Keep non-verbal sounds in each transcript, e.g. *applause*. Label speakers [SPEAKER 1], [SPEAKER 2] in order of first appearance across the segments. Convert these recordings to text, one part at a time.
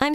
[SPEAKER 1] I'm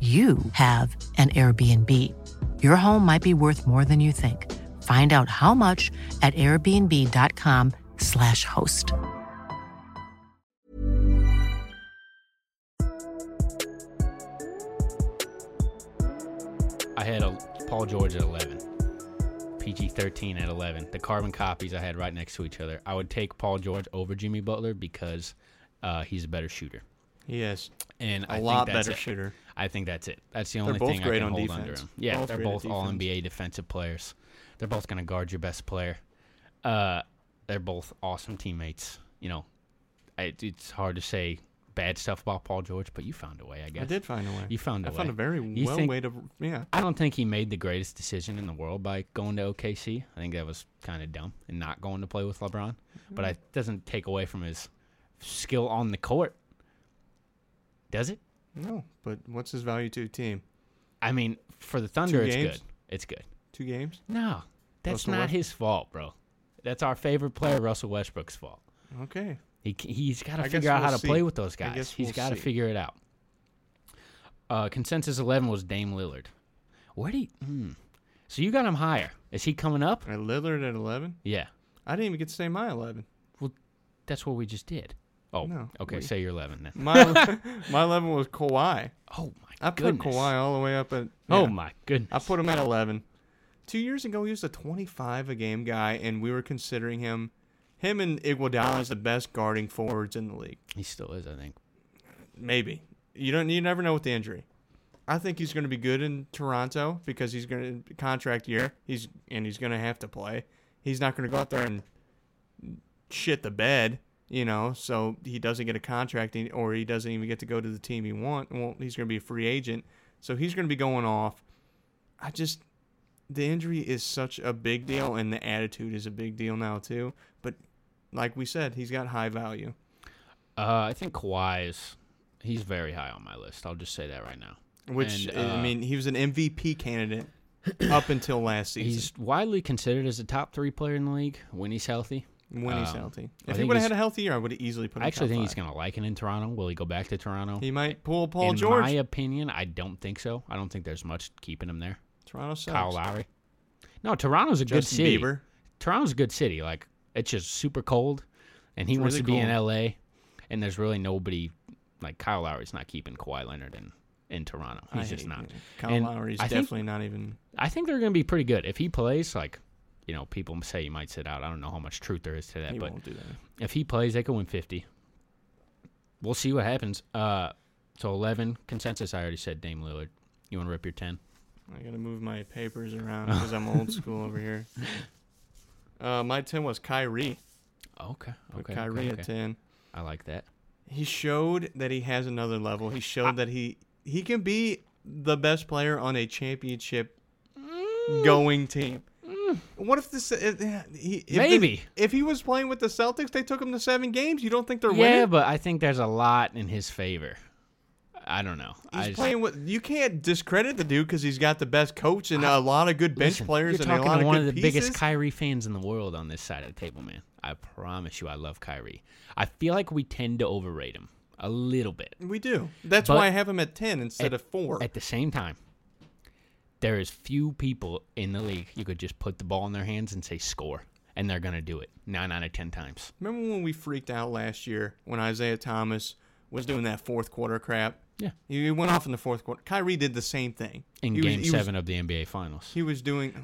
[SPEAKER 2] you have an Airbnb. Your home might be worth more than you think. Find out how much at airbnb.com/slash host.
[SPEAKER 3] I had a Paul George at 11, PG 13 at 11. The carbon copies I had right next to each other. I would take Paul George over Jimmy Butler because uh, he's a better shooter.
[SPEAKER 4] Yes,
[SPEAKER 3] And
[SPEAKER 4] a
[SPEAKER 3] I think
[SPEAKER 4] lot
[SPEAKER 3] that's
[SPEAKER 4] better
[SPEAKER 3] it.
[SPEAKER 4] shooter.
[SPEAKER 3] I think that's it. That's the
[SPEAKER 4] They're
[SPEAKER 3] only
[SPEAKER 4] both
[SPEAKER 3] thing
[SPEAKER 4] great
[SPEAKER 3] I can
[SPEAKER 4] on
[SPEAKER 3] hold
[SPEAKER 4] defense.
[SPEAKER 3] under him. Yeah,
[SPEAKER 4] Both
[SPEAKER 3] they're
[SPEAKER 4] great at
[SPEAKER 3] both all NBA defensive players. They're both going to guard your best player. Uh, they're both awesome teammates. You know, I, it's hard to say bad stuff about Paul George, but you found a way, I guess.
[SPEAKER 4] I did find a way.
[SPEAKER 3] You found a
[SPEAKER 4] I found
[SPEAKER 3] way.
[SPEAKER 4] a very
[SPEAKER 3] You
[SPEAKER 4] well
[SPEAKER 3] think-
[SPEAKER 4] way to yeah.
[SPEAKER 3] I don't think he made the greatest decision in the world by going to OKC. I think that was kind of dumb and not going to play with LeBron. But it doesn't take away from his skill on the court, does it?
[SPEAKER 4] No, but what's his value to a team?
[SPEAKER 3] I mean, for the Thunder, it's
[SPEAKER 4] games?
[SPEAKER 3] good. It's good.
[SPEAKER 4] Two games.
[SPEAKER 3] No, that's
[SPEAKER 4] Russell
[SPEAKER 3] not
[SPEAKER 4] West-
[SPEAKER 3] his fault, bro. That's our favorite player, Russell Westbrook's fault.
[SPEAKER 4] Okay.
[SPEAKER 3] He c- he's got to
[SPEAKER 4] I guess
[SPEAKER 3] figure out how
[SPEAKER 4] we'll
[SPEAKER 3] to play
[SPEAKER 4] see.
[SPEAKER 3] with those
[SPEAKER 4] I
[SPEAKER 3] guys.
[SPEAKER 4] guess
[SPEAKER 3] he's
[SPEAKER 4] we'll
[SPEAKER 3] got to
[SPEAKER 4] see.
[SPEAKER 3] figure it out. Uh, consensus eleven was Dame Lillard. Where do you? Hmm. So you got him higher. Is he coming up?
[SPEAKER 4] I Lillard at eleven.
[SPEAKER 3] Yeah.
[SPEAKER 4] I didn't even get to say my eleven.
[SPEAKER 3] Well, that's what we just did. Oh,
[SPEAKER 4] No,
[SPEAKER 3] okay.
[SPEAKER 4] we-
[SPEAKER 3] Say you're eleven then. *laughs*
[SPEAKER 4] My my eleven was Kawhi.
[SPEAKER 3] Oh my
[SPEAKER 4] I put
[SPEAKER 3] goodness.
[SPEAKER 4] Kawhi all the way up at.
[SPEAKER 3] Oh
[SPEAKER 4] yeah.
[SPEAKER 3] my goodness.
[SPEAKER 4] I put him at eleven. Two years ago, he was a twenty-five a game guy, and we were considering him, him and Iguodala as the best guarding forwards in the league.
[SPEAKER 3] He still is, I think.
[SPEAKER 4] Maybe you don't. You never know with the injury. I think he's going to be good in Toronto because he's going to contract year. He's and he's going to have to play. He's not going to go out there and shit the bed, you know. So he doesn't get a contract, and- or he doesn't even get to go to the team he want. Well, he's going to be a free agent, so he's going to be going off. I just the injury is such a big deal, and the attitude is a big deal now too. But like we said, he's got high value.
[SPEAKER 3] Uh, I think Kawhi is. He's very high on my list. I'll just say that right now.
[SPEAKER 4] Which
[SPEAKER 3] And,
[SPEAKER 4] I
[SPEAKER 3] uh,
[SPEAKER 4] mean, he was an
[SPEAKER 3] *coughs*
[SPEAKER 4] MVP candidate up until last season
[SPEAKER 3] He's widely considered as a top three player in the league when he's healthy.
[SPEAKER 4] when he's
[SPEAKER 3] um,
[SPEAKER 4] healthy.
[SPEAKER 3] I
[SPEAKER 4] If he
[SPEAKER 3] think
[SPEAKER 4] would
[SPEAKER 3] he's-
[SPEAKER 4] have had a healthy year, I would have easily put him.
[SPEAKER 3] I actually
[SPEAKER 4] top
[SPEAKER 3] think he's
[SPEAKER 4] five.
[SPEAKER 3] going to like it in Toronto. Will he go back to Toronto?
[SPEAKER 4] He might pull Paul
[SPEAKER 3] in
[SPEAKER 4] George.
[SPEAKER 3] my opinion, I don't think so. I don't think there's much keeping him there.
[SPEAKER 4] Toronto sucks.
[SPEAKER 3] Kyle Lowry. No, Toronto's a
[SPEAKER 4] Justin
[SPEAKER 3] good city.
[SPEAKER 4] Bieber.
[SPEAKER 3] Toronto's a good city. Like it's just super cold, and he
[SPEAKER 4] It's
[SPEAKER 3] wants
[SPEAKER 4] really
[SPEAKER 3] to be in
[SPEAKER 4] cold.
[SPEAKER 3] L.A. And there's really nobody like Kyle Lowry's not keeping Kawhi Leonard in in Toronto.
[SPEAKER 4] I
[SPEAKER 3] He's just
[SPEAKER 4] hate
[SPEAKER 3] not.
[SPEAKER 4] him. Kyle
[SPEAKER 3] And
[SPEAKER 4] Lowry's
[SPEAKER 3] I think-
[SPEAKER 4] definitely not even.
[SPEAKER 3] I think they're going to be pretty good if he plays. Like, you know, people say he might sit out. I don't know how much truth there is to that,
[SPEAKER 4] He
[SPEAKER 3] but
[SPEAKER 4] won't do that.
[SPEAKER 3] if he plays, they could win 50. We'll see what happens. Uh, so 11 consensus. I already said Dame Lillard. You want to rip your 10?
[SPEAKER 4] I gotta move my papers
[SPEAKER 3] *laughs*
[SPEAKER 4] around because I'm old school over here. Uh, my ten was Kyrie.
[SPEAKER 3] Okay.
[SPEAKER 4] Put
[SPEAKER 3] Okay.
[SPEAKER 4] Kyrie
[SPEAKER 3] okay,
[SPEAKER 4] at
[SPEAKER 3] okay.
[SPEAKER 4] ten.
[SPEAKER 3] I like that.
[SPEAKER 4] He showed that he has another level. He showed that he he can be the best player on a championship
[SPEAKER 3] Mm.
[SPEAKER 4] going team. What if this? If, he, if the-
[SPEAKER 3] Maybe.
[SPEAKER 4] if he was playing with the Celtics, they took him to seven games. You don't think they're
[SPEAKER 3] Yeah,
[SPEAKER 4] winning?
[SPEAKER 3] but I think there's a lot in his favor. I don't know.
[SPEAKER 4] He's
[SPEAKER 3] I just-
[SPEAKER 4] playing with. You can't discredit the dude because he's got the best coach and a lot of good bench
[SPEAKER 3] Listen,
[SPEAKER 4] players
[SPEAKER 3] You're
[SPEAKER 4] and a
[SPEAKER 3] talking
[SPEAKER 4] lot
[SPEAKER 3] to
[SPEAKER 4] of
[SPEAKER 3] one
[SPEAKER 4] good
[SPEAKER 3] of the
[SPEAKER 4] pieces.
[SPEAKER 3] biggest Kyrie fans in the world on this side of the table, man. I promise you, I love Kyrie. I feel like we tend to overrate him a little bit.
[SPEAKER 4] we do. That's
[SPEAKER 3] But-
[SPEAKER 4] why I have him at ten instead
[SPEAKER 3] at-
[SPEAKER 4] of four.
[SPEAKER 3] At the same time, there is few people in the league you could just put the ball in their hands and say score, and they're gonna do it nine out of ten times.
[SPEAKER 4] Remember when we freaked out last year when Isaiah Thomas was doing that fourth quarter crap?
[SPEAKER 3] Yeah.
[SPEAKER 4] He he went off in the fourth quarter. Kyrie did the same thing
[SPEAKER 3] In
[SPEAKER 4] He was-
[SPEAKER 3] Game
[SPEAKER 4] he was-
[SPEAKER 3] Seven of the NBA Finals,
[SPEAKER 4] he
[SPEAKER 3] *laughs*
[SPEAKER 4] was doing.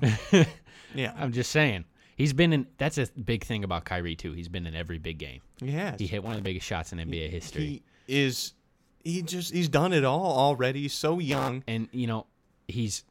[SPEAKER 4] yeah,
[SPEAKER 3] I'm just saying he's been in. That's a big thing about Kyrie too. He's been in every big game.
[SPEAKER 4] he has.
[SPEAKER 3] He hit one of the biggest shots in NBA history.
[SPEAKER 4] He is. He just. He's done it all already. He's so young.
[SPEAKER 3] and you know he's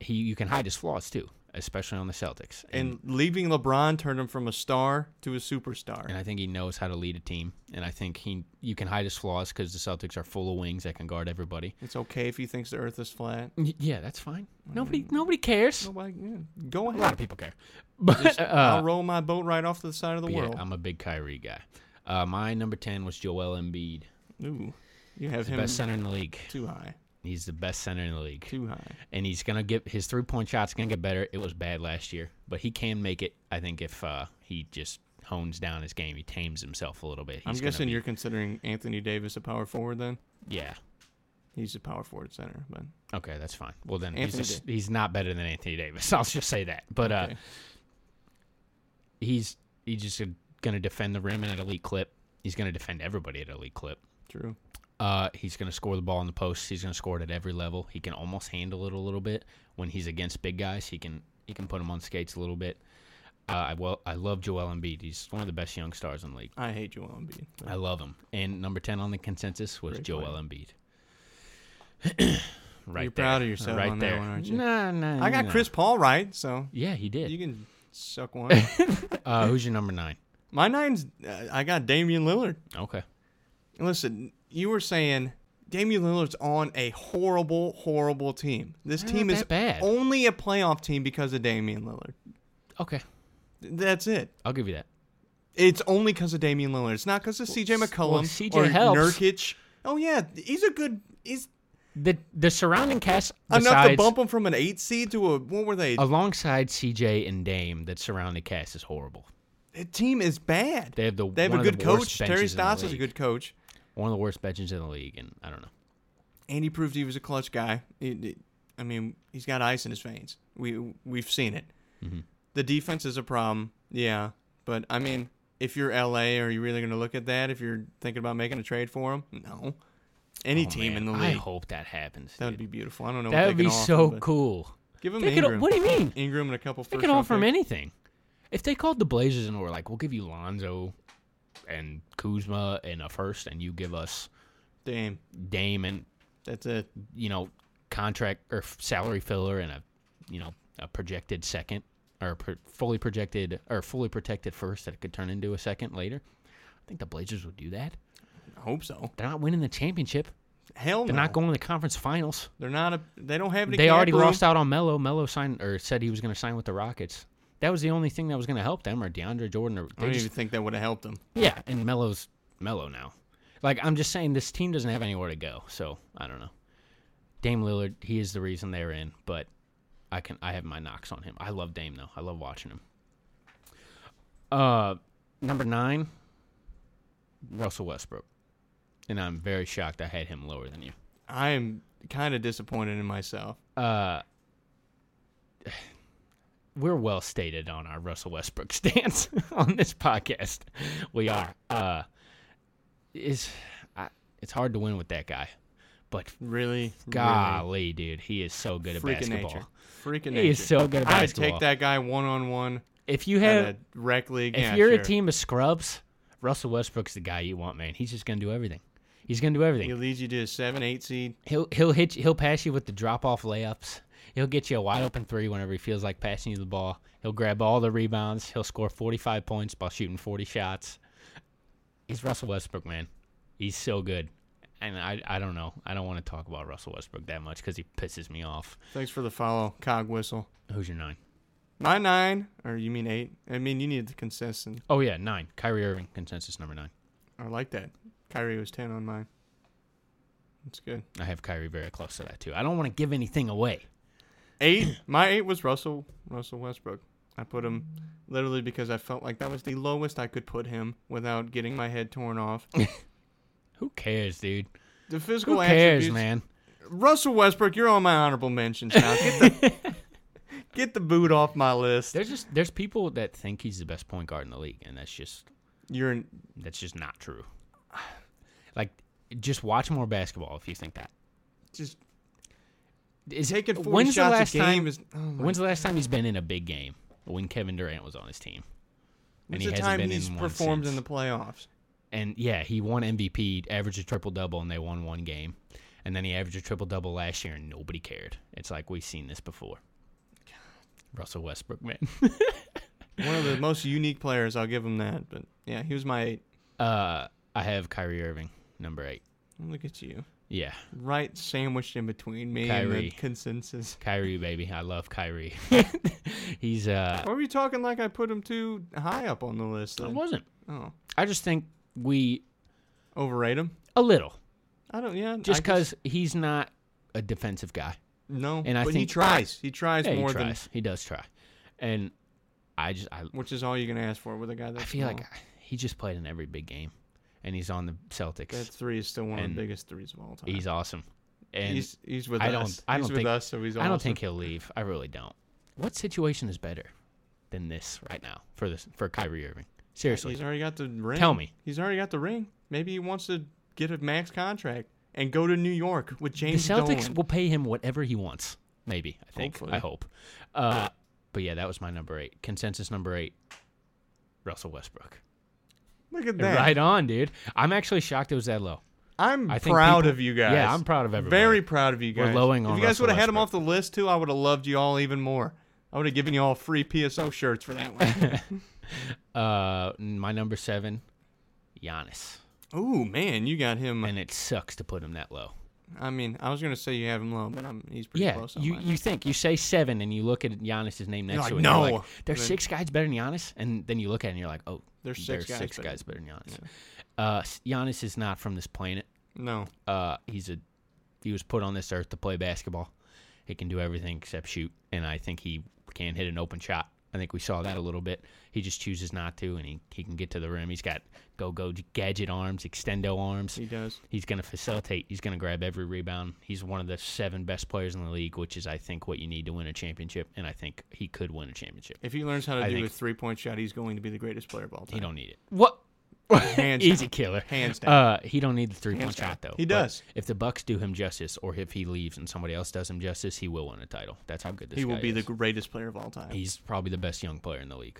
[SPEAKER 3] he you can hide his flaws too especially on the celtics
[SPEAKER 4] And leaving LeBron turned him from a star to a
[SPEAKER 3] and
[SPEAKER 4] superstar.
[SPEAKER 3] i think he knows how to lead a team and i think he you can hide his flaws because the celtics are full of wings that can guard everybody
[SPEAKER 4] It's okay if he thinks the Earth is flat.
[SPEAKER 3] Y- yeah that's fine nobody nobody cares
[SPEAKER 4] Nobody, yeah, go
[SPEAKER 3] a lot
[SPEAKER 4] ahead.
[SPEAKER 3] of people care but uh,
[SPEAKER 4] I'll roll my boat right off to the side of the
[SPEAKER 3] yeah,
[SPEAKER 4] world.
[SPEAKER 3] i'm a big kyrie guy uh, my number 10 was joel embiid
[SPEAKER 4] Ooh, you have
[SPEAKER 3] the
[SPEAKER 4] him
[SPEAKER 3] best center in the league
[SPEAKER 4] too high,
[SPEAKER 3] he's the best center in the league
[SPEAKER 4] too high.
[SPEAKER 3] and he's gonna get his three point shots gonna get better. It was bad last year, but he can make it. I think if uh, he just hones down his game, he tames himself a little bit.
[SPEAKER 4] I'm
[SPEAKER 3] he's gonna
[SPEAKER 4] guessing
[SPEAKER 3] be-
[SPEAKER 4] you're considering Anthony Davis a power forward then.
[SPEAKER 3] yeah.
[SPEAKER 4] He's a power forward center, but
[SPEAKER 3] Okay, that's fine. Well then, he's,
[SPEAKER 4] Anthony
[SPEAKER 3] just-
[SPEAKER 4] Da-
[SPEAKER 3] he's not better than Anthony Davis. *laughs* I'll just say that. But uh,
[SPEAKER 4] Okay.
[SPEAKER 3] he's he's just gonna defend the rim at an elite clip. He's gonna defend everybody at an elite clip.
[SPEAKER 4] true.
[SPEAKER 3] Uh, he's going to score the ball in the post. He's going to score it at every level. He can almost handle it a little bit when he's against big guys. He can he can put him on skates a little bit. Uh, I well I love Joel Embiid. He's one of the best young stars in the league.
[SPEAKER 4] I hate Joel Embiid.
[SPEAKER 3] I love him. And number ten on the consensus was Joel Embiid.
[SPEAKER 4] *clears throat*
[SPEAKER 3] right
[SPEAKER 4] You're
[SPEAKER 3] there.
[SPEAKER 4] proud of yourself
[SPEAKER 3] right
[SPEAKER 4] on
[SPEAKER 3] there.
[SPEAKER 4] that one, aren't you?
[SPEAKER 3] Nah, nah,
[SPEAKER 4] I got
[SPEAKER 3] nah.
[SPEAKER 4] Chris Paul right, so
[SPEAKER 3] Yeah, he did.
[SPEAKER 4] you can
[SPEAKER 3] *laughs*
[SPEAKER 4] suck one.
[SPEAKER 3] uh, who's your number nine?
[SPEAKER 4] My nine's uh, I got Damian Lillard.
[SPEAKER 3] Okay.
[SPEAKER 4] Listen, you were saying Damian Lillard's on a horrible, horrible team. This
[SPEAKER 3] They're
[SPEAKER 4] team
[SPEAKER 3] not
[SPEAKER 4] is
[SPEAKER 3] that bad.
[SPEAKER 4] only a playoff team because of Damian Lillard.
[SPEAKER 3] Okay.
[SPEAKER 4] Th- That's it.
[SPEAKER 3] I'll give you that.
[SPEAKER 4] It's only because of Damian Lillard. It's not because of C.J.
[SPEAKER 3] well,
[SPEAKER 4] McCollum
[SPEAKER 3] CJ
[SPEAKER 4] or
[SPEAKER 3] helps.
[SPEAKER 4] Nurkic. Oh yeah, he's a good. He's
[SPEAKER 3] The the surrounding cast
[SPEAKER 4] enough to
[SPEAKER 3] besides-
[SPEAKER 4] bump him from an eight seed to a what were they?
[SPEAKER 3] alongside CJ and Dame, that surrounding cast is horrible.
[SPEAKER 4] The team is bad.
[SPEAKER 3] They have the-
[SPEAKER 4] they have
[SPEAKER 3] one
[SPEAKER 4] a
[SPEAKER 3] of the
[SPEAKER 4] good
[SPEAKER 3] worst
[SPEAKER 4] coach. Terry
[SPEAKER 3] benches in the
[SPEAKER 4] Stotts is a
[SPEAKER 3] league.
[SPEAKER 4] good coach,
[SPEAKER 3] One of the worst benches in the league, and I don't know.
[SPEAKER 4] and he proved he was a clutch guy. It- it- I mean, he's got ice in his veins. We we've seen it.
[SPEAKER 3] Mm-hmm.
[SPEAKER 4] The defense is a problem. Yeah, but I mean, if you're LA, are you really going to look at that? If you're thinking about making a trade for him, no. Any
[SPEAKER 3] Oh,
[SPEAKER 4] team in the
[SPEAKER 3] man,
[SPEAKER 4] league.
[SPEAKER 3] I hope that happens.
[SPEAKER 4] That would be
[SPEAKER 3] dude.
[SPEAKER 4] beautiful. I don't know.
[SPEAKER 3] that
[SPEAKER 4] what
[SPEAKER 3] would
[SPEAKER 4] they
[SPEAKER 3] be
[SPEAKER 4] can offer,
[SPEAKER 3] so
[SPEAKER 4] but
[SPEAKER 3] cool.
[SPEAKER 4] Give him
[SPEAKER 3] They could-
[SPEAKER 4] Ingram.
[SPEAKER 3] what do you mean?
[SPEAKER 4] Ingram and a couple
[SPEAKER 3] They
[SPEAKER 4] *laughs* first.
[SPEAKER 3] can offer him
[SPEAKER 4] round picks.
[SPEAKER 3] anything. If they called the Blazers and were like, "We'll give you Lonzo and Kuzma and a first, and you give us
[SPEAKER 4] Damn,
[SPEAKER 3] Dame and
[SPEAKER 4] that's it.
[SPEAKER 3] you know contract or f- salary filler and a you know a projected second or pro- fully projected or fully protected first that it could turn into a second later," I think the Blazers would do that.
[SPEAKER 4] I hope so.
[SPEAKER 3] They're not winning the championship.
[SPEAKER 4] Hell
[SPEAKER 3] They're
[SPEAKER 4] no.
[SPEAKER 3] not going to the conference finals.
[SPEAKER 4] They're not. A, they don't have any.
[SPEAKER 3] They
[SPEAKER 4] cap
[SPEAKER 3] already
[SPEAKER 4] room.
[SPEAKER 3] lost out on Melo. Melo signed or said he was going to sign with the Rockets. That was the only thing that was going to help them, or DeAndre Jordan, or
[SPEAKER 4] I
[SPEAKER 3] they
[SPEAKER 4] don't
[SPEAKER 3] just-
[SPEAKER 4] even think that would have helped them.
[SPEAKER 3] yeah. And Melo's Melo now. Like I'm just saying, this team doesn't have anywhere to go. So I don't know. Dame Lillard, he is the reason they're in, but I can I have my knocks on him. I love Dame though. I love watching him. Uh, number nine, Russell Westbrook, and I'm very shocked I had him lower than you.
[SPEAKER 4] I am kind of disappointed in myself.
[SPEAKER 3] uh, we're well stated on our Russell Westbrook *laughs* stance on this podcast. We are. Uh, is I, it's hard to win with that guy, but
[SPEAKER 4] Really,
[SPEAKER 3] golly, dude, he is so good
[SPEAKER 4] really.
[SPEAKER 3] at
[SPEAKER 4] freaking
[SPEAKER 3] basketball.
[SPEAKER 4] nature. Freaking nature.
[SPEAKER 3] He is so good at
[SPEAKER 4] I'd
[SPEAKER 3] basketball.
[SPEAKER 4] take that guy one on one
[SPEAKER 3] If you
[SPEAKER 4] at
[SPEAKER 3] have,
[SPEAKER 4] a rec league.
[SPEAKER 3] if
[SPEAKER 4] yeah,
[SPEAKER 3] you're
[SPEAKER 4] sure.
[SPEAKER 3] a team of scrubs, Russell Westbrook's the guy you want, man. He's just gonna do everything. He's gonna do everything.
[SPEAKER 4] he leads you to a seven, eight seed.
[SPEAKER 3] He'll he'll hit you, he'll pass you with the drop off layups. He'll get you a wide open three whenever he feels like passing you the ball. He'll grab all the rebounds. He'll score 45 points by shooting 40 shots. He's Russell Westbrook, man. He's so good. And I, I don't know. I don't want to talk about Russell Westbrook that much because he pisses me off.
[SPEAKER 4] Thanks for the follow, cog whistle.
[SPEAKER 3] Who's your nine?
[SPEAKER 4] My nine, or you mean eight? I mean, you need the consistent.
[SPEAKER 3] Oh, yeah, nine. Kyrie Irving, consensus number nine.
[SPEAKER 4] I like that. Kyrie was ten on mine. That's good.
[SPEAKER 3] I have Kyrie very close to that too. I don't want to give anything away.
[SPEAKER 4] Eight. my eight was Russell Russell Westbrook. I put him literally because I felt like that was the lowest I could put him without getting my head
[SPEAKER 3] *laughs*
[SPEAKER 4] torn off.
[SPEAKER 3] Who cares, dude?
[SPEAKER 4] The physical
[SPEAKER 3] Who cares,
[SPEAKER 4] attributes-
[SPEAKER 3] man?
[SPEAKER 4] Russell Westbrook, you're on my honorable mentions now. Get the,
[SPEAKER 3] *laughs*
[SPEAKER 4] get the boot off my list.
[SPEAKER 3] There's just there's people that think he's the best point guard in the league, and that's just
[SPEAKER 4] You're in,
[SPEAKER 3] that's just not true. *sighs* Like, just watch more basketball if you think that.
[SPEAKER 4] just
[SPEAKER 3] Is
[SPEAKER 4] taking 40
[SPEAKER 3] when's
[SPEAKER 4] shots
[SPEAKER 3] the last
[SPEAKER 4] a game
[SPEAKER 3] time?
[SPEAKER 4] is oh my-
[SPEAKER 3] when's the last time he's been in a big game? When Kevin Durant was on his team, and
[SPEAKER 4] it's
[SPEAKER 3] he
[SPEAKER 4] the
[SPEAKER 3] hasn't
[SPEAKER 4] time
[SPEAKER 3] been
[SPEAKER 4] he's
[SPEAKER 3] in one
[SPEAKER 4] performed in
[SPEAKER 3] since.
[SPEAKER 4] the playoffs.
[SPEAKER 3] and yeah, he won MVP, averaged a triple double, and they won one game. And then he averaged a triple double last year, and nobody cared. It's like we've seen this before. Russell Westbrook, man. *laughs*
[SPEAKER 4] One of the most unique players, I'll give him that. But yeah, he was my eight.
[SPEAKER 3] uh, I have Kyrie Irving, number eight.
[SPEAKER 4] Look at you,
[SPEAKER 3] Yeah,
[SPEAKER 4] right sandwiched in between me and
[SPEAKER 3] Kyrie.
[SPEAKER 4] the consensus.
[SPEAKER 3] Kyrie, baby. I love Kyrie. *laughs* He's uh,
[SPEAKER 4] Why were you talking like I put him too high up on the list?
[SPEAKER 3] I
[SPEAKER 4] then?
[SPEAKER 3] wasn't.
[SPEAKER 4] Oh,
[SPEAKER 3] I just think we
[SPEAKER 4] overrate him?
[SPEAKER 3] a little,
[SPEAKER 4] I don't. Yeah,
[SPEAKER 3] just
[SPEAKER 4] I guess-
[SPEAKER 3] because he's not a defensive guy.
[SPEAKER 4] no,
[SPEAKER 3] and I
[SPEAKER 4] but he
[SPEAKER 3] think-
[SPEAKER 4] tries. He tries
[SPEAKER 3] Yeah,
[SPEAKER 4] more
[SPEAKER 3] he tries. He does try, and I just I
[SPEAKER 4] than which is all you can ask for with a guy
[SPEAKER 3] I
[SPEAKER 4] that's.
[SPEAKER 3] feel like
[SPEAKER 4] small.
[SPEAKER 3] he just played in every big game, and he's on the Celtics.
[SPEAKER 4] That three is still one of
[SPEAKER 3] And
[SPEAKER 4] the biggest threes of all time.
[SPEAKER 3] he's awesome, and
[SPEAKER 4] he's, he's with
[SPEAKER 3] I
[SPEAKER 4] us.
[SPEAKER 3] don't I don't
[SPEAKER 4] he's
[SPEAKER 3] think
[SPEAKER 4] with us, so he's
[SPEAKER 3] I don't
[SPEAKER 4] awesome.
[SPEAKER 3] think he'll leave. I really don't. What situation is better than this right now for this for Kyrie Irving? Seriously,
[SPEAKER 4] He's already got the ring.
[SPEAKER 3] Tell me.
[SPEAKER 4] He's already got the ring. Maybe he wants to get a max contract and go to New York with
[SPEAKER 3] the
[SPEAKER 4] James
[SPEAKER 3] Celtics
[SPEAKER 4] Dolan.
[SPEAKER 3] will pay him whatever he wants. Maybe I think I
[SPEAKER 4] Hopefully.
[SPEAKER 3] hope. Uh, but yeah, that was my number eight consensus. Number eight, Russell Westbrook.
[SPEAKER 4] Look at that.
[SPEAKER 3] Right on, dude. I'm actually shocked it was that low. *laughs*
[SPEAKER 4] I'm
[SPEAKER 3] I think
[SPEAKER 4] proud
[SPEAKER 3] people-
[SPEAKER 4] of you guys.
[SPEAKER 3] Yeah, I'm proud of everybody.
[SPEAKER 4] Very proud of you
[SPEAKER 3] We're
[SPEAKER 4] guys.
[SPEAKER 3] lowing on
[SPEAKER 4] If you guys
[SPEAKER 3] Russell
[SPEAKER 4] would have had him
[SPEAKER 3] Westbrook.
[SPEAKER 4] off the list too, I would have loved you all even more. I would have given you all free PSO shirts for
[SPEAKER 3] *laughs*
[SPEAKER 4] that one.
[SPEAKER 3] Uh, my number seven, Giannis,
[SPEAKER 4] Ooh man, you got him.
[SPEAKER 3] and it sucks to put him that low.
[SPEAKER 4] I mean, I was gonna say you have him low, but I'm, he's pretty
[SPEAKER 3] Yeah,
[SPEAKER 4] close. on
[SPEAKER 3] you,
[SPEAKER 4] mine.
[SPEAKER 3] you think you say seven, and you look at Giannis's name next
[SPEAKER 4] like,
[SPEAKER 3] to it. and you're
[SPEAKER 4] "No."
[SPEAKER 3] like, there's
[SPEAKER 4] Then-
[SPEAKER 3] six guys better than Giannis, and then you look at it and you're like, oh,
[SPEAKER 4] There's six guys better.
[SPEAKER 3] guys better than Giannis. Uh, s- Giannis is not from this planet.
[SPEAKER 4] no.
[SPEAKER 3] Uh, he's a he was put on this earth to play basketball. He can do everything except shoot, and I think he can hit an open shot. I think we saw that a little bit. He just chooses not to, and he, he can get to the rim. He's got go go gadget arms, extendo arms.
[SPEAKER 4] He does.
[SPEAKER 3] He's going to facilitate. He's going to grab every rebound. He's one of the seven best players in the league, which is, I think, what you need to win a championship. And I think he could win a championship.
[SPEAKER 4] If he learns how to
[SPEAKER 3] I
[SPEAKER 4] do
[SPEAKER 3] think-
[SPEAKER 4] a three point shot, he's going to be the greatest player of all time.
[SPEAKER 3] He don't need it. What? *laughs*
[SPEAKER 4] Hands
[SPEAKER 3] Easy
[SPEAKER 4] down.
[SPEAKER 3] killer.
[SPEAKER 4] Hands down.
[SPEAKER 3] Uh, he don't need the three point
[SPEAKER 4] Hands down.
[SPEAKER 3] shot though.
[SPEAKER 4] He
[SPEAKER 3] But
[SPEAKER 4] does.
[SPEAKER 3] If the Bucks do him justice, or if he leaves and somebody else does him justice, he will win a title. That's how good this
[SPEAKER 4] he will
[SPEAKER 3] guy
[SPEAKER 4] be the
[SPEAKER 3] is.
[SPEAKER 4] greatest player of all time.
[SPEAKER 3] He's probably the best young player in the league.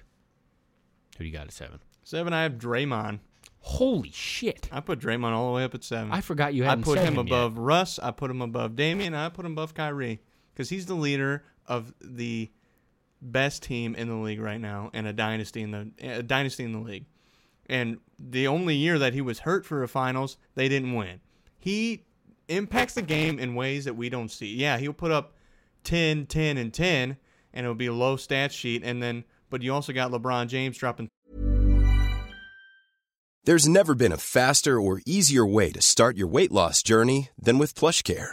[SPEAKER 3] Who do you got at seven?
[SPEAKER 4] Seven, I have Draymond.
[SPEAKER 3] Holy shit!
[SPEAKER 4] I put Draymond all the way up at seven.
[SPEAKER 3] I forgot you
[SPEAKER 4] Um, I
[SPEAKER 3] hadn't
[SPEAKER 4] put
[SPEAKER 3] said
[SPEAKER 4] him
[SPEAKER 3] him yet.
[SPEAKER 4] above Russ. I put him above Damian. I put him above Kyrie because he's the leader of the best team in the league right now and a dynasty in the a dynasty in the league. And the only year that he was hurt for a finals, they didn't win. He impacts the game in ways that we don't see. Yeah, he'll put up 10, 10, and 10, and it'll be a low stat sheet. And then, but you also got LeBron James dropping
[SPEAKER 5] There's never been a faster or easier way to start your weight loss journey than with PlushCare.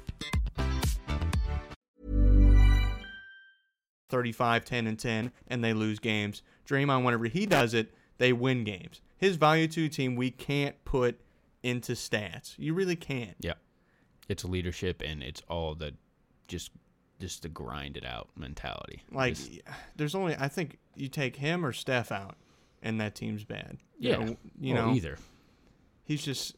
[SPEAKER 4] 35, 10, and 10, and they lose games. Draymond, whenever he does it, they win games. His value to a team we can't put into stats. You really can't.
[SPEAKER 3] Yeah. It's leadership and it's all the just just the grind it out mentality.
[SPEAKER 4] Like,
[SPEAKER 3] Just-
[SPEAKER 4] there's only I think you take him or Steph out, and that team's bad.
[SPEAKER 3] yeah,
[SPEAKER 4] you know, you
[SPEAKER 3] well,
[SPEAKER 4] know,
[SPEAKER 3] either.
[SPEAKER 4] he's just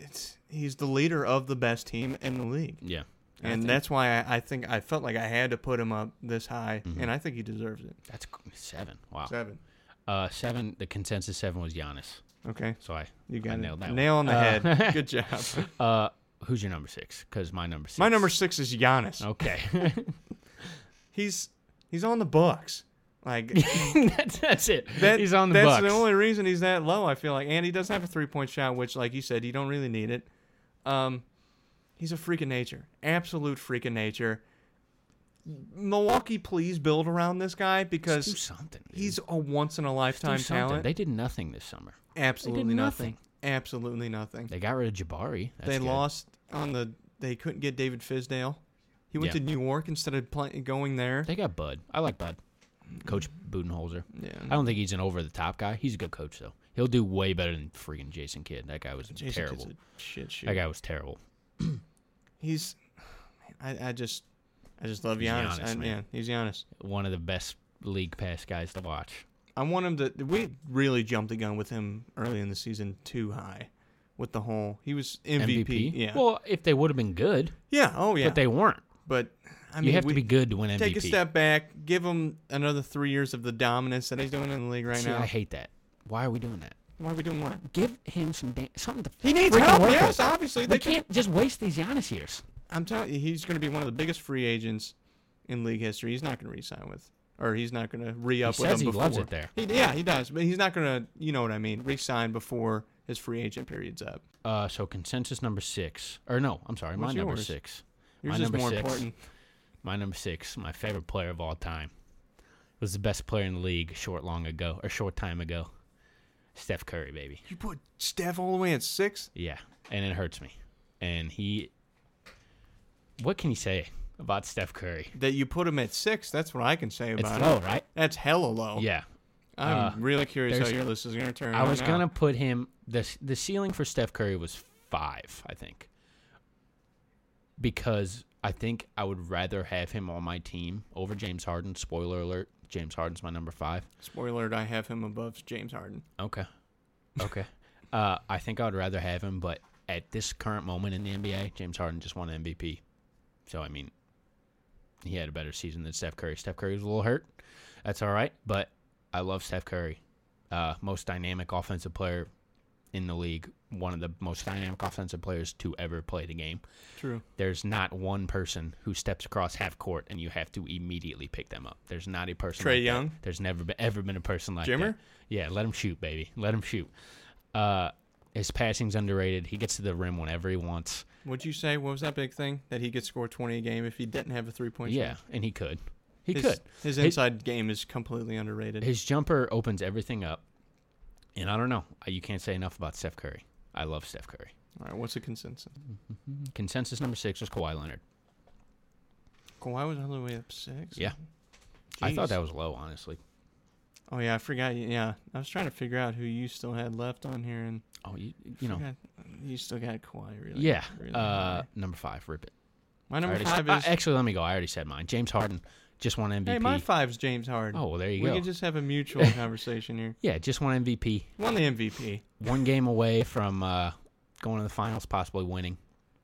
[SPEAKER 4] it's he's the leader of the best team in the league.
[SPEAKER 3] Yeah,
[SPEAKER 4] And that's why I, I think I felt like I had to put him up this high,
[SPEAKER 3] Mm-hmm.
[SPEAKER 4] and I think he deserves it.
[SPEAKER 3] that's c- seven. Wow,
[SPEAKER 4] Seven.
[SPEAKER 3] Uh, seven. The consensus seven was Giannis.
[SPEAKER 4] Okay.
[SPEAKER 3] So I
[SPEAKER 4] You got
[SPEAKER 3] I
[SPEAKER 4] it.
[SPEAKER 3] nailed that.
[SPEAKER 4] Nail on
[SPEAKER 3] one.
[SPEAKER 4] the
[SPEAKER 3] Uh, *laughs*
[SPEAKER 4] head. Good job.
[SPEAKER 3] Uh, who's your number six? Because my number six.
[SPEAKER 4] My number six is Giannis.
[SPEAKER 3] Okay.
[SPEAKER 4] *laughs* He's he's on the Bucks.
[SPEAKER 3] *laughs*
[SPEAKER 4] Like
[SPEAKER 3] that's, that's it.
[SPEAKER 4] that,
[SPEAKER 3] He's on the
[SPEAKER 4] That's
[SPEAKER 3] Bucks.
[SPEAKER 4] the only reason he's that low. I feel like, and he doesn't have a three point shot, which, like you said, you don't really need it. Um, he's a freak of nature, absolute freak of nature. Milwaukee, please build around this guy because
[SPEAKER 3] do something, dude.
[SPEAKER 4] He's a once in a
[SPEAKER 3] Do
[SPEAKER 4] lifetime
[SPEAKER 3] something.
[SPEAKER 4] talent.
[SPEAKER 3] They did nothing this summer.
[SPEAKER 4] Absolutely nothing.
[SPEAKER 3] nothing.
[SPEAKER 4] Absolutely nothing.
[SPEAKER 3] They got rid of Jabari. That's
[SPEAKER 4] they
[SPEAKER 3] good.
[SPEAKER 4] lost on the. They couldn't get David Fizdale. He went
[SPEAKER 3] Yeah.
[SPEAKER 4] to New York instead of play, going there.
[SPEAKER 3] They got Bud. I like Bud. Coach Budenholzer.
[SPEAKER 4] Yeah.
[SPEAKER 3] I don't think he's an over the top guy. He's a good coach though. He'll do way better than freaking Jason Kidd. That guy was
[SPEAKER 4] Jason Kidd's
[SPEAKER 3] terrible.
[SPEAKER 4] a shit shoot.
[SPEAKER 3] That guy was terrible.
[SPEAKER 4] He's. I, I just. I just love
[SPEAKER 3] He's
[SPEAKER 4] Giannis.
[SPEAKER 3] Giannis,
[SPEAKER 4] I-
[SPEAKER 3] man.
[SPEAKER 4] yeah, he's Giannis.
[SPEAKER 3] One of the best league pass guys to watch.
[SPEAKER 4] I want him to. We really jumped the gun with him early in the season too high, with the whole. He was MVP. Yeah.
[SPEAKER 3] Well, if they would have been good,
[SPEAKER 4] yeah. Oh yeah.
[SPEAKER 3] but they weren't.
[SPEAKER 4] But I mean,
[SPEAKER 3] you have
[SPEAKER 4] we-
[SPEAKER 3] to be good to win MVP.
[SPEAKER 4] Take a step back. Give him another three years of the dominance that he's doing in the league right
[SPEAKER 3] See,
[SPEAKER 4] now.
[SPEAKER 3] I hate that. Why are we doing that?
[SPEAKER 4] Why are we doing what?
[SPEAKER 3] Give him some da- something to.
[SPEAKER 4] He needs
[SPEAKER 3] freaking
[SPEAKER 4] help,
[SPEAKER 3] work
[SPEAKER 4] yes,
[SPEAKER 3] with.
[SPEAKER 4] obviously,
[SPEAKER 3] They
[SPEAKER 4] they
[SPEAKER 3] can't just waste these Giannis years.
[SPEAKER 4] I'm telling you, he's going to be one of the biggest free agents in league history. He's not going to re-sign with, or he's not going to re-up
[SPEAKER 3] He
[SPEAKER 4] with
[SPEAKER 3] says
[SPEAKER 4] them
[SPEAKER 3] he
[SPEAKER 4] before.
[SPEAKER 3] loves it there.
[SPEAKER 4] He- yeah, he does, but he's not going to, you know what I mean, re-sign before his free agent period's up.
[SPEAKER 3] Uh, so consensus number six, or no, I'm sorry, my
[SPEAKER 4] What's
[SPEAKER 3] number
[SPEAKER 4] yours?
[SPEAKER 3] six.
[SPEAKER 4] Yours
[SPEAKER 3] my
[SPEAKER 4] is
[SPEAKER 3] number
[SPEAKER 4] more
[SPEAKER 3] six.
[SPEAKER 4] important.
[SPEAKER 3] My number six, my favorite player of all time, was the best player in the league a short long ago or short time ago. Steph Curry, baby.
[SPEAKER 4] You put Steph all the way at six.
[SPEAKER 3] Yeah, and it hurts me. And he, what can you say about Steph Curry?
[SPEAKER 4] That you put him at six. That's what I can say
[SPEAKER 3] It's
[SPEAKER 4] about
[SPEAKER 3] low,
[SPEAKER 4] it.
[SPEAKER 3] right?
[SPEAKER 4] That's hella low.
[SPEAKER 3] Yeah,
[SPEAKER 4] I'm
[SPEAKER 3] Uh,
[SPEAKER 4] really curious how
[SPEAKER 3] there's-
[SPEAKER 4] your list is going to turn.
[SPEAKER 3] I
[SPEAKER 4] out
[SPEAKER 3] was
[SPEAKER 4] now.
[SPEAKER 3] gonna put him. the The ceiling for Steph Curry was five, I think, because I think I would rather have him on my team over James Harden. Spoiler alert: James Harden's my number five.
[SPEAKER 4] Spoiler: alert, I have him above James Harden.
[SPEAKER 3] Okay, okay. *laughs* uh, I think I would rather have him, but at this current moment in the NBA, James Harden just won MVP. So I mean, he had a better season than Steph Curry. Steph Curry was a little hurt. That's all right, but I love Steph Curry. Uh, most dynamic offensive player in the league, one of the most dynamic offensive players to ever play the game.
[SPEAKER 4] True.
[SPEAKER 3] There's not one person who steps across half court and you have to immediately pick them up. There's not a person.
[SPEAKER 4] Trae
[SPEAKER 3] like that.
[SPEAKER 4] Young?
[SPEAKER 3] There's never been, ever been a person like
[SPEAKER 4] Jimmer?
[SPEAKER 3] that. Yeah, let him shoot, baby. Let him shoot. Uh, his passing's underrated. He gets to the rim whenever he wants.
[SPEAKER 4] Would you say what was that big thing that he could score 20 a game if he didn't have a three point
[SPEAKER 3] yeah,
[SPEAKER 4] shot?
[SPEAKER 3] and he could. He
[SPEAKER 4] his,
[SPEAKER 3] could.
[SPEAKER 4] His
[SPEAKER 3] He-
[SPEAKER 4] inside game is completely underrated.
[SPEAKER 3] His jumper opens everything up. And I don't know. You can't say enough about Steph Curry. I love Steph Curry.
[SPEAKER 4] All right, what's the consensus?
[SPEAKER 3] Consensus number six was Kawhi Leonard.
[SPEAKER 4] Kawhi was all the way up six.
[SPEAKER 3] Yeah. I thought
[SPEAKER 4] Jeez.
[SPEAKER 3] that was low, honestly.
[SPEAKER 4] Oh yeah, I forgot. Yeah, I was trying to figure out who you still had left on here, and
[SPEAKER 3] Oh, you, you know.
[SPEAKER 4] forgot- you still got Kawhi really.
[SPEAKER 3] yeah.
[SPEAKER 4] really
[SPEAKER 3] uh,
[SPEAKER 4] high.
[SPEAKER 3] number five, rip it.
[SPEAKER 4] my
[SPEAKER 3] I
[SPEAKER 4] number
[SPEAKER 3] already
[SPEAKER 4] five
[SPEAKER 3] said- uh,
[SPEAKER 4] is
[SPEAKER 3] actually, let me go. I already said mine. James Harden just won MVP.
[SPEAKER 4] hey, my five's James Harden.
[SPEAKER 3] Oh, well, there you
[SPEAKER 4] we
[SPEAKER 3] go.
[SPEAKER 4] can just have
[SPEAKER 3] *laughs*
[SPEAKER 4] a mutual conversation here.
[SPEAKER 3] yeah, just won MVP.
[SPEAKER 4] Won the MVP.
[SPEAKER 3] One game away from uh, going to the finals, possibly winning.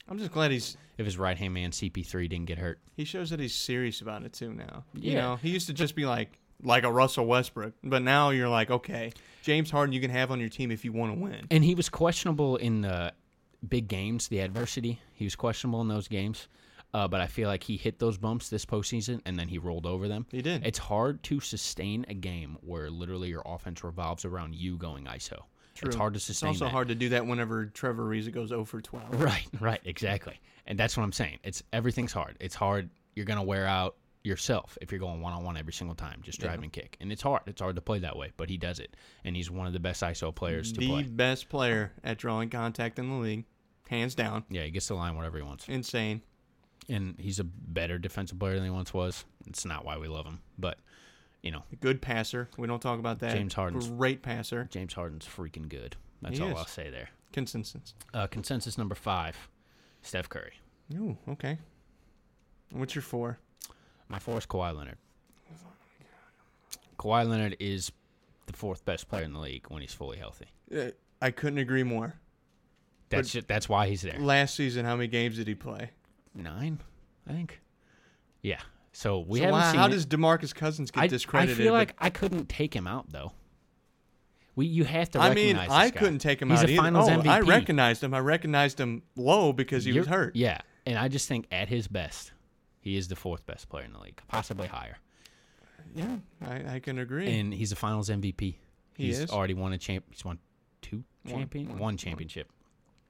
[SPEAKER 4] I'm just glad he's
[SPEAKER 3] If his right hand man CP3 didn't get hurt.
[SPEAKER 4] he shows that he's serious about it too now. You
[SPEAKER 3] Yeah.
[SPEAKER 4] know, he used to just be like like a Russell Westbrook, but now you're like, okay, James Harden, you can have on your team if you want to win.
[SPEAKER 3] And he was questionable in the big games, the adversity. He was questionable in those games. Uh, but I feel like he hit those bumps this postseason and then he rolled over them.
[SPEAKER 4] He did.
[SPEAKER 3] It's hard to sustain a game where literally your offense revolves around you going ISO. It's hard to sustain.
[SPEAKER 4] It's also
[SPEAKER 3] that.
[SPEAKER 4] hard to do that whenever Trevor Ariza goes 0 for 12.
[SPEAKER 3] Right, *laughs* right, exactly. And that's what I'm saying. It's everything's hard. It's hard. You're gonna wear out yourself if you're going one on one every single time, just drive and kick. And it's hard. It's hard to play that way, but he does it. And he's one of the best ISO players to
[SPEAKER 4] the
[SPEAKER 3] play.
[SPEAKER 4] best player at drawing contact in the league, hands down.
[SPEAKER 3] Yeah, he gets the line whatever he wants.
[SPEAKER 4] Insane.
[SPEAKER 3] And he's a better defensive player than he once was. It's not why we love him, but you know,
[SPEAKER 4] Good passer. We don't talk about that.
[SPEAKER 3] James Harden's-
[SPEAKER 4] Great passer.
[SPEAKER 3] James Harden's freaking good. That's
[SPEAKER 4] He
[SPEAKER 3] all
[SPEAKER 4] is.
[SPEAKER 3] I'll say there.
[SPEAKER 4] Consensus.
[SPEAKER 3] Uh, consensus number five, Steph Curry.
[SPEAKER 4] Ooh, okay. What's your four?
[SPEAKER 3] My four is Kawhi Leonard. Kawhi Leonard is the fourth best player in the league when he's fully healthy.
[SPEAKER 4] Uh, I couldn't agree more.
[SPEAKER 3] That's ju- that's why he's there.
[SPEAKER 4] Last season, how many games did he play?
[SPEAKER 3] Nine, I think. Yeah. So we
[SPEAKER 4] So
[SPEAKER 3] haven't
[SPEAKER 4] why-
[SPEAKER 3] seen.
[SPEAKER 4] how
[SPEAKER 3] it.
[SPEAKER 4] does Demarcus Cousins get
[SPEAKER 3] I, I
[SPEAKER 4] discredited?
[SPEAKER 3] feel
[SPEAKER 4] but-
[SPEAKER 3] like I couldn't take him out though. We you have to.
[SPEAKER 4] I mean,
[SPEAKER 3] recognize
[SPEAKER 4] I
[SPEAKER 3] this guy.
[SPEAKER 4] couldn't take him
[SPEAKER 3] He's
[SPEAKER 4] out
[SPEAKER 3] a
[SPEAKER 4] either.
[SPEAKER 3] Finals
[SPEAKER 4] oh,
[SPEAKER 3] MVP.
[SPEAKER 4] I recognized him. I recognized him low because he
[SPEAKER 3] You're-
[SPEAKER 4] was hurt.
[SPEAKER 3] Yeah, and I just think at his best, he is the fourth best player in the league, possibly higher.
[SPEAKER 4] yeah, I, I can agree.
[SPEAKER 3] And he's a Finals MVP.
[SPEAKER 4] He
[SPEAKER 3] he's
[SPEAKER 4] is?
[SPEAKER 3] already won a champ. He's won two
[SPEAKER 4] One,
[SPEAKER 3] champion, one,
[SPEAKER 4] one,
[SPEAKER 3] championship.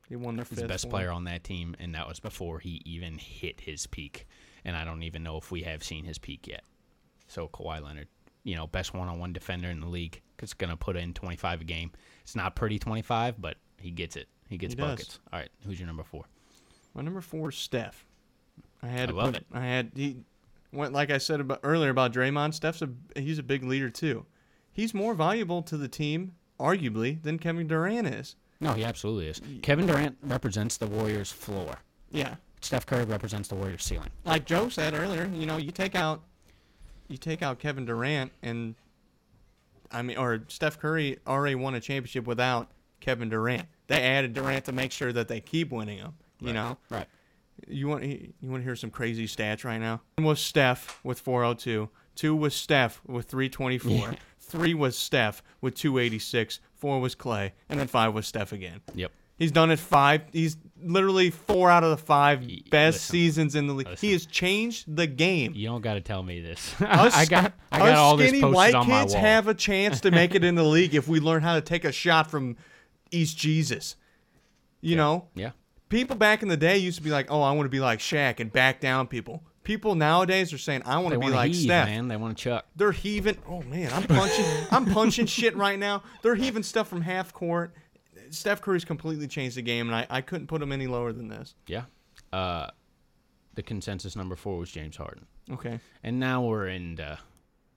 [SPEAKER 4] he won their
[SPEAKER 3] He's
[SPEAKER 4] fifth.
[SPEAKER 3] the best
[SPEAKER 4] one.
[SPEAKER 3] player on that team, and that was before he even hit his peak. And I don't even know if we have seen his peak yet. So Kawhi Leonard, you know, best one-on-one defender in the league. It's gonna put in 25 a game. It's not pretty 25, but he gets it. He gets
[SPEAKER 4] He does.
[SPEAKER 3] buckets. All right, who's your number four?
[SPEAKER 4] My number four is Steph. I had
[SPEAKER 3] I
[SPEAKER 4] to
[SPEAKER 3] love
[SPEAKER 4] put,
[SPEAKER 3] it.
[SPEAKER 4] I had he went like I said about earlier about Draymond. Steph's a he's a big leader too. He's more valuable to the team, arguably, than Kevin Durant is.
[SPEAKER 3] No, he absolutely is. Kevin Durant represents the Warriors' floor.
[SPEAKER 4] Yeah,
[SPEAKER 3] Steph Curry represents the Warriors' ceiling.
[SPEAKER 4] like Joe said earlier, you know, you take out you take out Kevin Durant and I mean or Steph Curry already won a championship without Kevin Durant. They added Durant to make sure that they keep winning them, you know.
[SPEAKER 3] Right.
[SPEAKER 4] You want you want to hear some crazy stats right now? One was Steph with 402, two was Steph with 324, three was Steph with 286, four was Clay, and then five was Steph again.
[SPEAKER 3] Yep.
[SPEAKER 4] He's done it five. He's literally four out of the five
[SPEAKER 3] Y-
[SPEAKER 4] best
[SPEAKER 3] listen,
[SPEAKER 4] seasons in the league.
[SPEAKER 3] listen.
[SPEAKER 4] He has changed the game.
[SPEAKER 3] You don't got to tell me this. *laughs*
[SPEAKER 4] Us-
[SPEAKER 3] I got I
[SPEAKER 4] us
[SPEAKER 3] got all this
[SPEAKER 4] skinny
[SPEAKER 3] posted
[SPEAKER 4] white
[SPEAKER 3] on my
[SPEAKER 4] kids
[SPEAKER 3] wall.
[SPEAKER 4] have a chance to make it
[SPEAKER 3] *laughs*
[SPEAKER 4] in the league if we learn how to take a shot from East Jesus. You know,
[SPEAKER 3] yeah.
[SPEAKER 4] people back in the day used to be like, "Oh, I want to be like Shaq and back down people." People nowadays are saying, "I want
[SPEAKER 3] They
[SPEAKER 4] to be
[SPEAKER 3] want
[SPEAKER 4] like
[SPEAKER 3] heave,
[SPEAKER 4] Steph."
[SPEAKER 3] man. They want to chuck.
[SPEAKER 4] They're heaving. Oh man, I'm punching. I'm punching shit right now. They're heaving stuff from half court. Steph Curry's completely changed the game, and I, I couldn't put him any lower than this.
[SPEAKER 3] Yeah. Uh, the consensus number four was James Harden,
[SPEAKER 4] Okay.
[SPEAKER 3] and now we're in the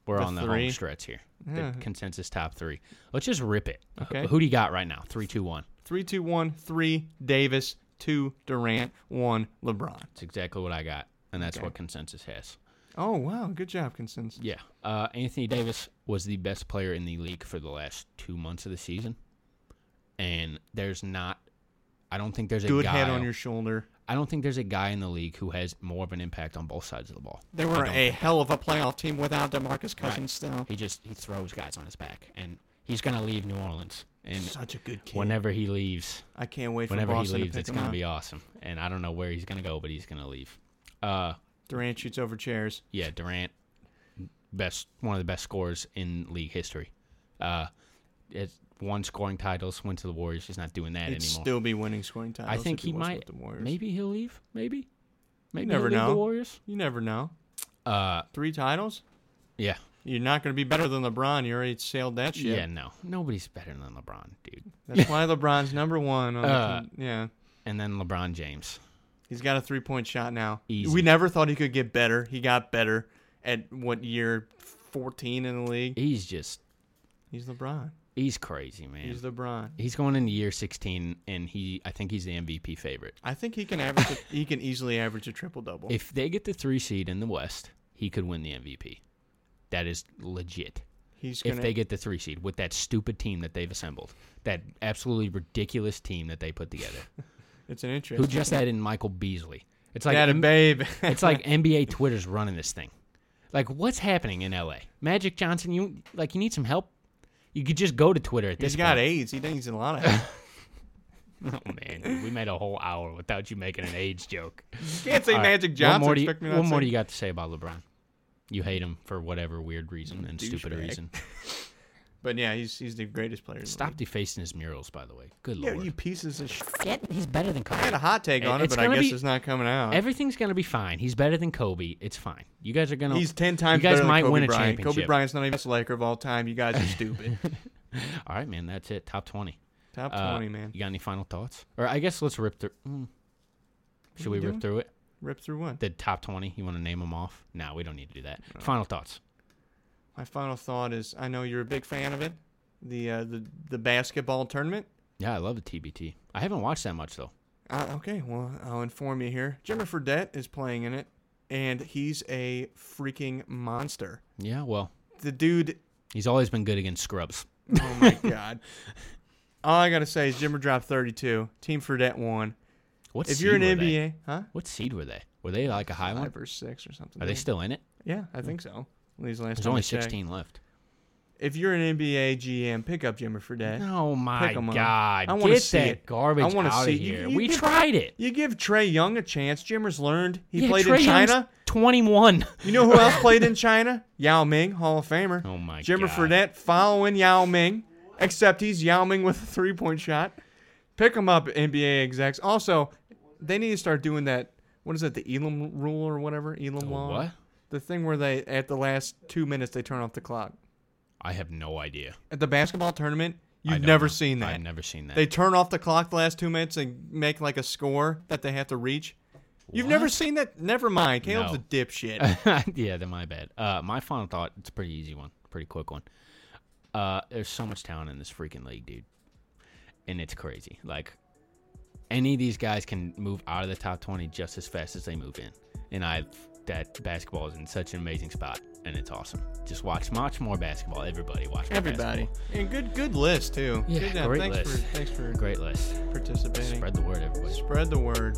[SPEAKER 3] we're
[SPEAKER 4] The
[SPEAKER 3] on the
[SPEAKER 4] three.
[SPEAKER 3] home stretch here. The consensus top three. Let's just rip it.
[SPEAKER 4] Okay.
[SPEAKER 3] Who do you got right now? Three, two, one.
[SPEAKER 4] Three, two, one. Three. Davis. Two. Durant. One. LeBron.
[SPEAKER 3] That's exactly what I got, and that's what consensus has.
[SPEAKER 4] Oh wow, good job, consensus.
[SPEAKER 3] Yeah. Uh, Anthony Davis was the best player in the league for the last two months of the season. And there's not, I don't think there's a
[SPEAKER 4] Good
[SPEAKER 3] guy.
[SPEAKER 4] head on your shoulder.
[SPEAKER 3] I don't think there's a guy in the league who has more of an impact on both sides of the ball.
[SPEAKER 4] They
[SPEAKER 3] I
[SPEAKER 4] were
[SPEAKER 3] don't
[SPEAKER 4] a hell of a playoff team without DeMarcus Cousins. Still,
[SPEAKER 3] He just he throws guys on his back, and he's gonna leave New Orleans. And
[SPEAKER 4] such a good kid.
[SPEAKER 3] whenever he leaves,
[SPEAKER 4] I can't wait for
[SPEAKER 3] whenever he
[SPEAKER 4] Boston
[SPEAKER 3] leaves,
[SPEAKER 4] to pick
[SPEAKER 3] it's
[SPEAKER 4] him
[SPEAKER 3] gonna
[SPEAKER 4] up.
[SPEAKER 3] be awesome. And I don't know where he's gonna go, but he's gonna leave. Uh,
[SPEAKER 4] Durant shoots over chairs.
[SPEAKER 3] Yeah, Durant, best one of the best scorers in league history. Uh, it's won scoring titles, went to the Warriors. He's not doing that
[SPEAKER 4] He'd
[SPEAKER 3] anymore.
[SPEAKER 4] still be winning scoring
[SPEAKER 3] I
[SPEAKER 4] titles.
[SPEAKER 3] think
[SPEAKER 4] if
[SPEAKER 3] he
[SPEAKER 4] wasn't
[SPEAKER 3] might.
[SPEAKER 4] With the Warriors.
[SPEAKER 3] Maybe he'll leave. Maybe. Maybe
[SPEAKER 4] never
[SPEAKER 3] he'll leave
[SPEAKER 4] know.
[SPEAKER 3] the Warriors.
[SPEAKER 4] You never know.
[SPEAKER 3] Uh,
[SPEAKER 4] Three titles?
[SPEAKER 3] yeah.
[SPEAKER 4] You're not going to be better than LeBron. You already sailed that ship.
[SPEAKER 3] Yeah, no. Nobody's better than LeBron, dude. *laughs*
[SPEAKER 4] That's why LeBron's number one. On
[SPEAKER 3] Uh,
[SPEAKER 4] the team. Yeah.
[SPEAKER 3] And then LeBron James.
[SPEAKER 4] He's got a three point shot now.
[SPEAKER 3] Easy.
[SPEAKER 4] We never thought he could get better. He got better at what year? 14 in the league.
[SPEAKER 3] He's just
[SPEAKER 4] He's LeBron.
[SPEAKER 3] he's crazy, man.
[SPEAKER 4] He's LeBron.
[SPEAKER 3] he's going into year 16 and he I think he's the MVP favorite.
[SPEAKER 4] I think he can average. A, he can easily average a triple double.
[SPEAKER 3] If they get the 3 seed in the West, he could win the MVP. That is legit.
[SPEAKER 4] He's
[SPEAKER 3] if
[SPEAKER 4] gonna.
[SPEAKER 3] they get the three seed with that stupid team that they've assembled, that absolutely ridiculous team that they put
[SPEAKER 4] *laughs*
[SPEAKER 3] together,
[SPEAKER 4] it's an interest.
[SPEAKER 3] who just added Michael Beasley. It's like
[SPEAKER 4] That a
[SPEAKER 3] M-
[SPEAKER 4] babe.
[SPEAKER 3] it's like NBA Twitter's running this thing. Like, what's happening in LA? Magic Johnson, you like you need some help. You could just go to Twitter at this.
[SPEAKER 4] *laughs* He's got
[SPEAKER 3] point.
[SPEAKER 4] AIDS. He needs a lot of. Help.
[SPEAKER 3] Oh man, dude, we made a whole hour without you making an age joke.
[SPEAKER 4] Can't say
[SPEAKER 3] All right,
[SPEAKER 4] Magic Johnson.
[SPEAKER 3] What more, do you,
[SPEAKER 4] Expect me not
[SPEAKER 3] what
[SPEAKER 4] to
[SPEAKER 3] more
[SPEAKER 4] say-
[SPEAKER 3] do you got to say about LeBron? You hate him for whatever weird reason and stupid
[SPEAKER 4] Douchebag.
[SPEAKER 3] reason.
[SPEAKER 4] But yeah, he's he's the greatest player. in the
[SPEAKER 3] Stop
[SPEAKER 4] league.
[SPEAKER 3] defacing his murals, by the way. Good
[SPEAKER 4] Yeah,
[SPEAKER 3] lord.
[SPEAKER 4] you pieces of shit.
[SPEAKER 2] Get, he's better than
[SPEAKER 4] I had a hot take
[SPEAKER 3] It-
[SPEAKER 4] on it,
[SPEAKER 3] it's
[SPEAKER 4] but I
[SPEAKER 3] gonna
[SPEAKER 4] guess
[SPEAKER 3] be-
[SPEAKER 4] it's not coming out.
[SPEAKER 3] Everything's gonna be fine. He's better than Kobe. It's fine. You guys are gonna.
[SPEAKER 4] He's ten times
[SPEAKER 3] You guys
[SPEAKER 4] better
[SPEAKER 3] might
[SPEAKER 4] than Kobe
[SPEAKER 3] win a
[SPEAKER 4] Bryant. Kobe
[SPEAKER 3] championship.
[SPEAKER 4] Bryant's not even the best Laker of all time.
[SPEAKER 3] *laughs*
[SPEAKER 4] You guys are stupid.
[SPEAKER 3] All right, man. That's it. Top twenty.
[SPEAKER 4] Top
[SPEAKER 3] Uh,
[SPEAKER 4] twenty, man.
[SPEAKER 3] You got any final thoughts? Or I guess let's rip through. Mm. Should we
[SPEAKER 4] we
[SPEAKER 3] rip
[SPEAKER 4] doing?
[SPEAKER 3] through it?
[SPEAKER 4] Rip through one.
[SPEAKER 3] The top twenty. You want to name them off? No, we don't need to do that. Final thoughts.
[SPEAKER 4] My final thought is: I know you're a big fan of it, the uh, the the basketball tournament.
[SPEAKER 3] Yeah, I love the TBT. I haven't watched that much though.
[SPEAKER 4] Uh, okay, well I'll inform you here. Jimmy Fredette is playing in it, and he's a freaking monster.
[SPEAKER 3] Yeah, well,
[SPEAKER 4] The dude,
[SPEAKER 3] he's always been good against scrubs.
[SPEAKER 4] oh my *laughs* god. All I gotta say is Jimmer dropped 32. Team Fredette won.
[SPEAKER 3] What
[SPEAKER 4] if you're an
[SPEAKER 3] seed were they?
[SPEAKER 4] NBA, huh?
[SPEAKER 3] what seed were they? Were they like a high one?
[SPEAKER 4] Five or six or something.
[SPEAKER 3] Are they still in it?
[SPEAKER 4] Yeah, I think so. At least last
[SPEAKER 3] There's
[SPEAKER 4] time I
[SPEAKER 3] only
[SPEAKER 4] checked.
[SPEAKER 3] 16 left.
[SPEAKER 4] If you're an NBA GM, pick up Jimmer Fredette.
[SPEAKER 3] Oh my
[SPEAKER 4] Pick 'em up.
[SPEAKER 3] God!
[SPEAKER 4] I wanna
[SPEAKER 3] Get
[SPEAKER 4] see
[SPEAKER 3] that
[SPEAKER 4] it.
[SPEAKER 3] garbage
[SPEAKER 4] I wanna
[SPEAKER 3] out
[SPEAKER 4] see
[SPEAKER 3] of
[SPEAKER 4] it. You-
[SPEAKER 3] here.
[SPEAKER 4] you
[SPEAKER 3] we
[SPEAKER 4] give-
[SPEAKER 3] tried it.
[SPEAKER 4] You give Trey Young a chance. Jimmer's learned. He
[SPEAKER 3] Yeah,
[SPEAKER 4] played
[SPEAKER 3] Trae
[SPEAKER 4] in
[SPEAKER 3] Young's
[SPEAKER 4] China.
[SPEAKER 3] 21.
[SPEAKER 4] You know who else played in China? Yao Ming, Hall of Famer.
[SPEAKER 3] Oh my
[SPEAKER 4] Jimmer
[SPEAKER 3] God.
[SPEAKER 4] Fredette following Yao Ming, except he's Yao Ming with a three point shot. Pick him up, NBA execs. Also, they need to start doing that. What is it, the Elam rule or whatever? Elam law?
[SPEAKER 3] what?
[SPEAKER 4] The thing where they, at the last two minutes, they turn off the clock.
[SPEAKER 3] I have no idea.
[SPEAKER 4] At the basketball tournament,
[SPEAKER 3] I
[SPEAKER 4] you've
[SPEAKER 3] don't
[SPEAKER 4] never
[SPEAKER 3] know.
[SPEAKER 4] seen that.
[SPEAKER 3] I've never seen that.
[SPEAKER 4] They turn off the clock the last two minutes and make like a score that they have to reach. You've never
[SPEAKER 3] What?
[SPEAKER 4] seen that? Never mind. Caleb's
[SPEAKER 3] No.
[SPEAKER 4] a
[SPEAKER 3] *laughs*
[SPEAKER 4] dipshit.
[SPEAKER 3] yeah, then my bad. Uh, my final thought. It's a pretty easy one. Pretty quick one. Uh, there's so much talent in this freaking league, dude, and it's crazy. Like, any of these guys can move out of the top 20 just as fast as they move in, and I that basketball is in such an amazing spot, and it's awesome. Just watch much more basketball. Everybody watch more
[SPEAKER 4] Everybody.
[SPEAKER 3] basketball.
[SPEAKER 4] And good good list too.
[SPEAKER 3] Yeah,
[SPEAKER 4] good, uh,
[SPEAKER 3] great
[SPEAKER 4] thanks
[SPEAKER 3] list.
[SPEAKER 4] for thanks for
[SPEAKER 3] Great list.
[SPEAKER 4] participating.
[SPEAKER 3] Spread the word, everybody.
[SPEAKER 4] Spread the word.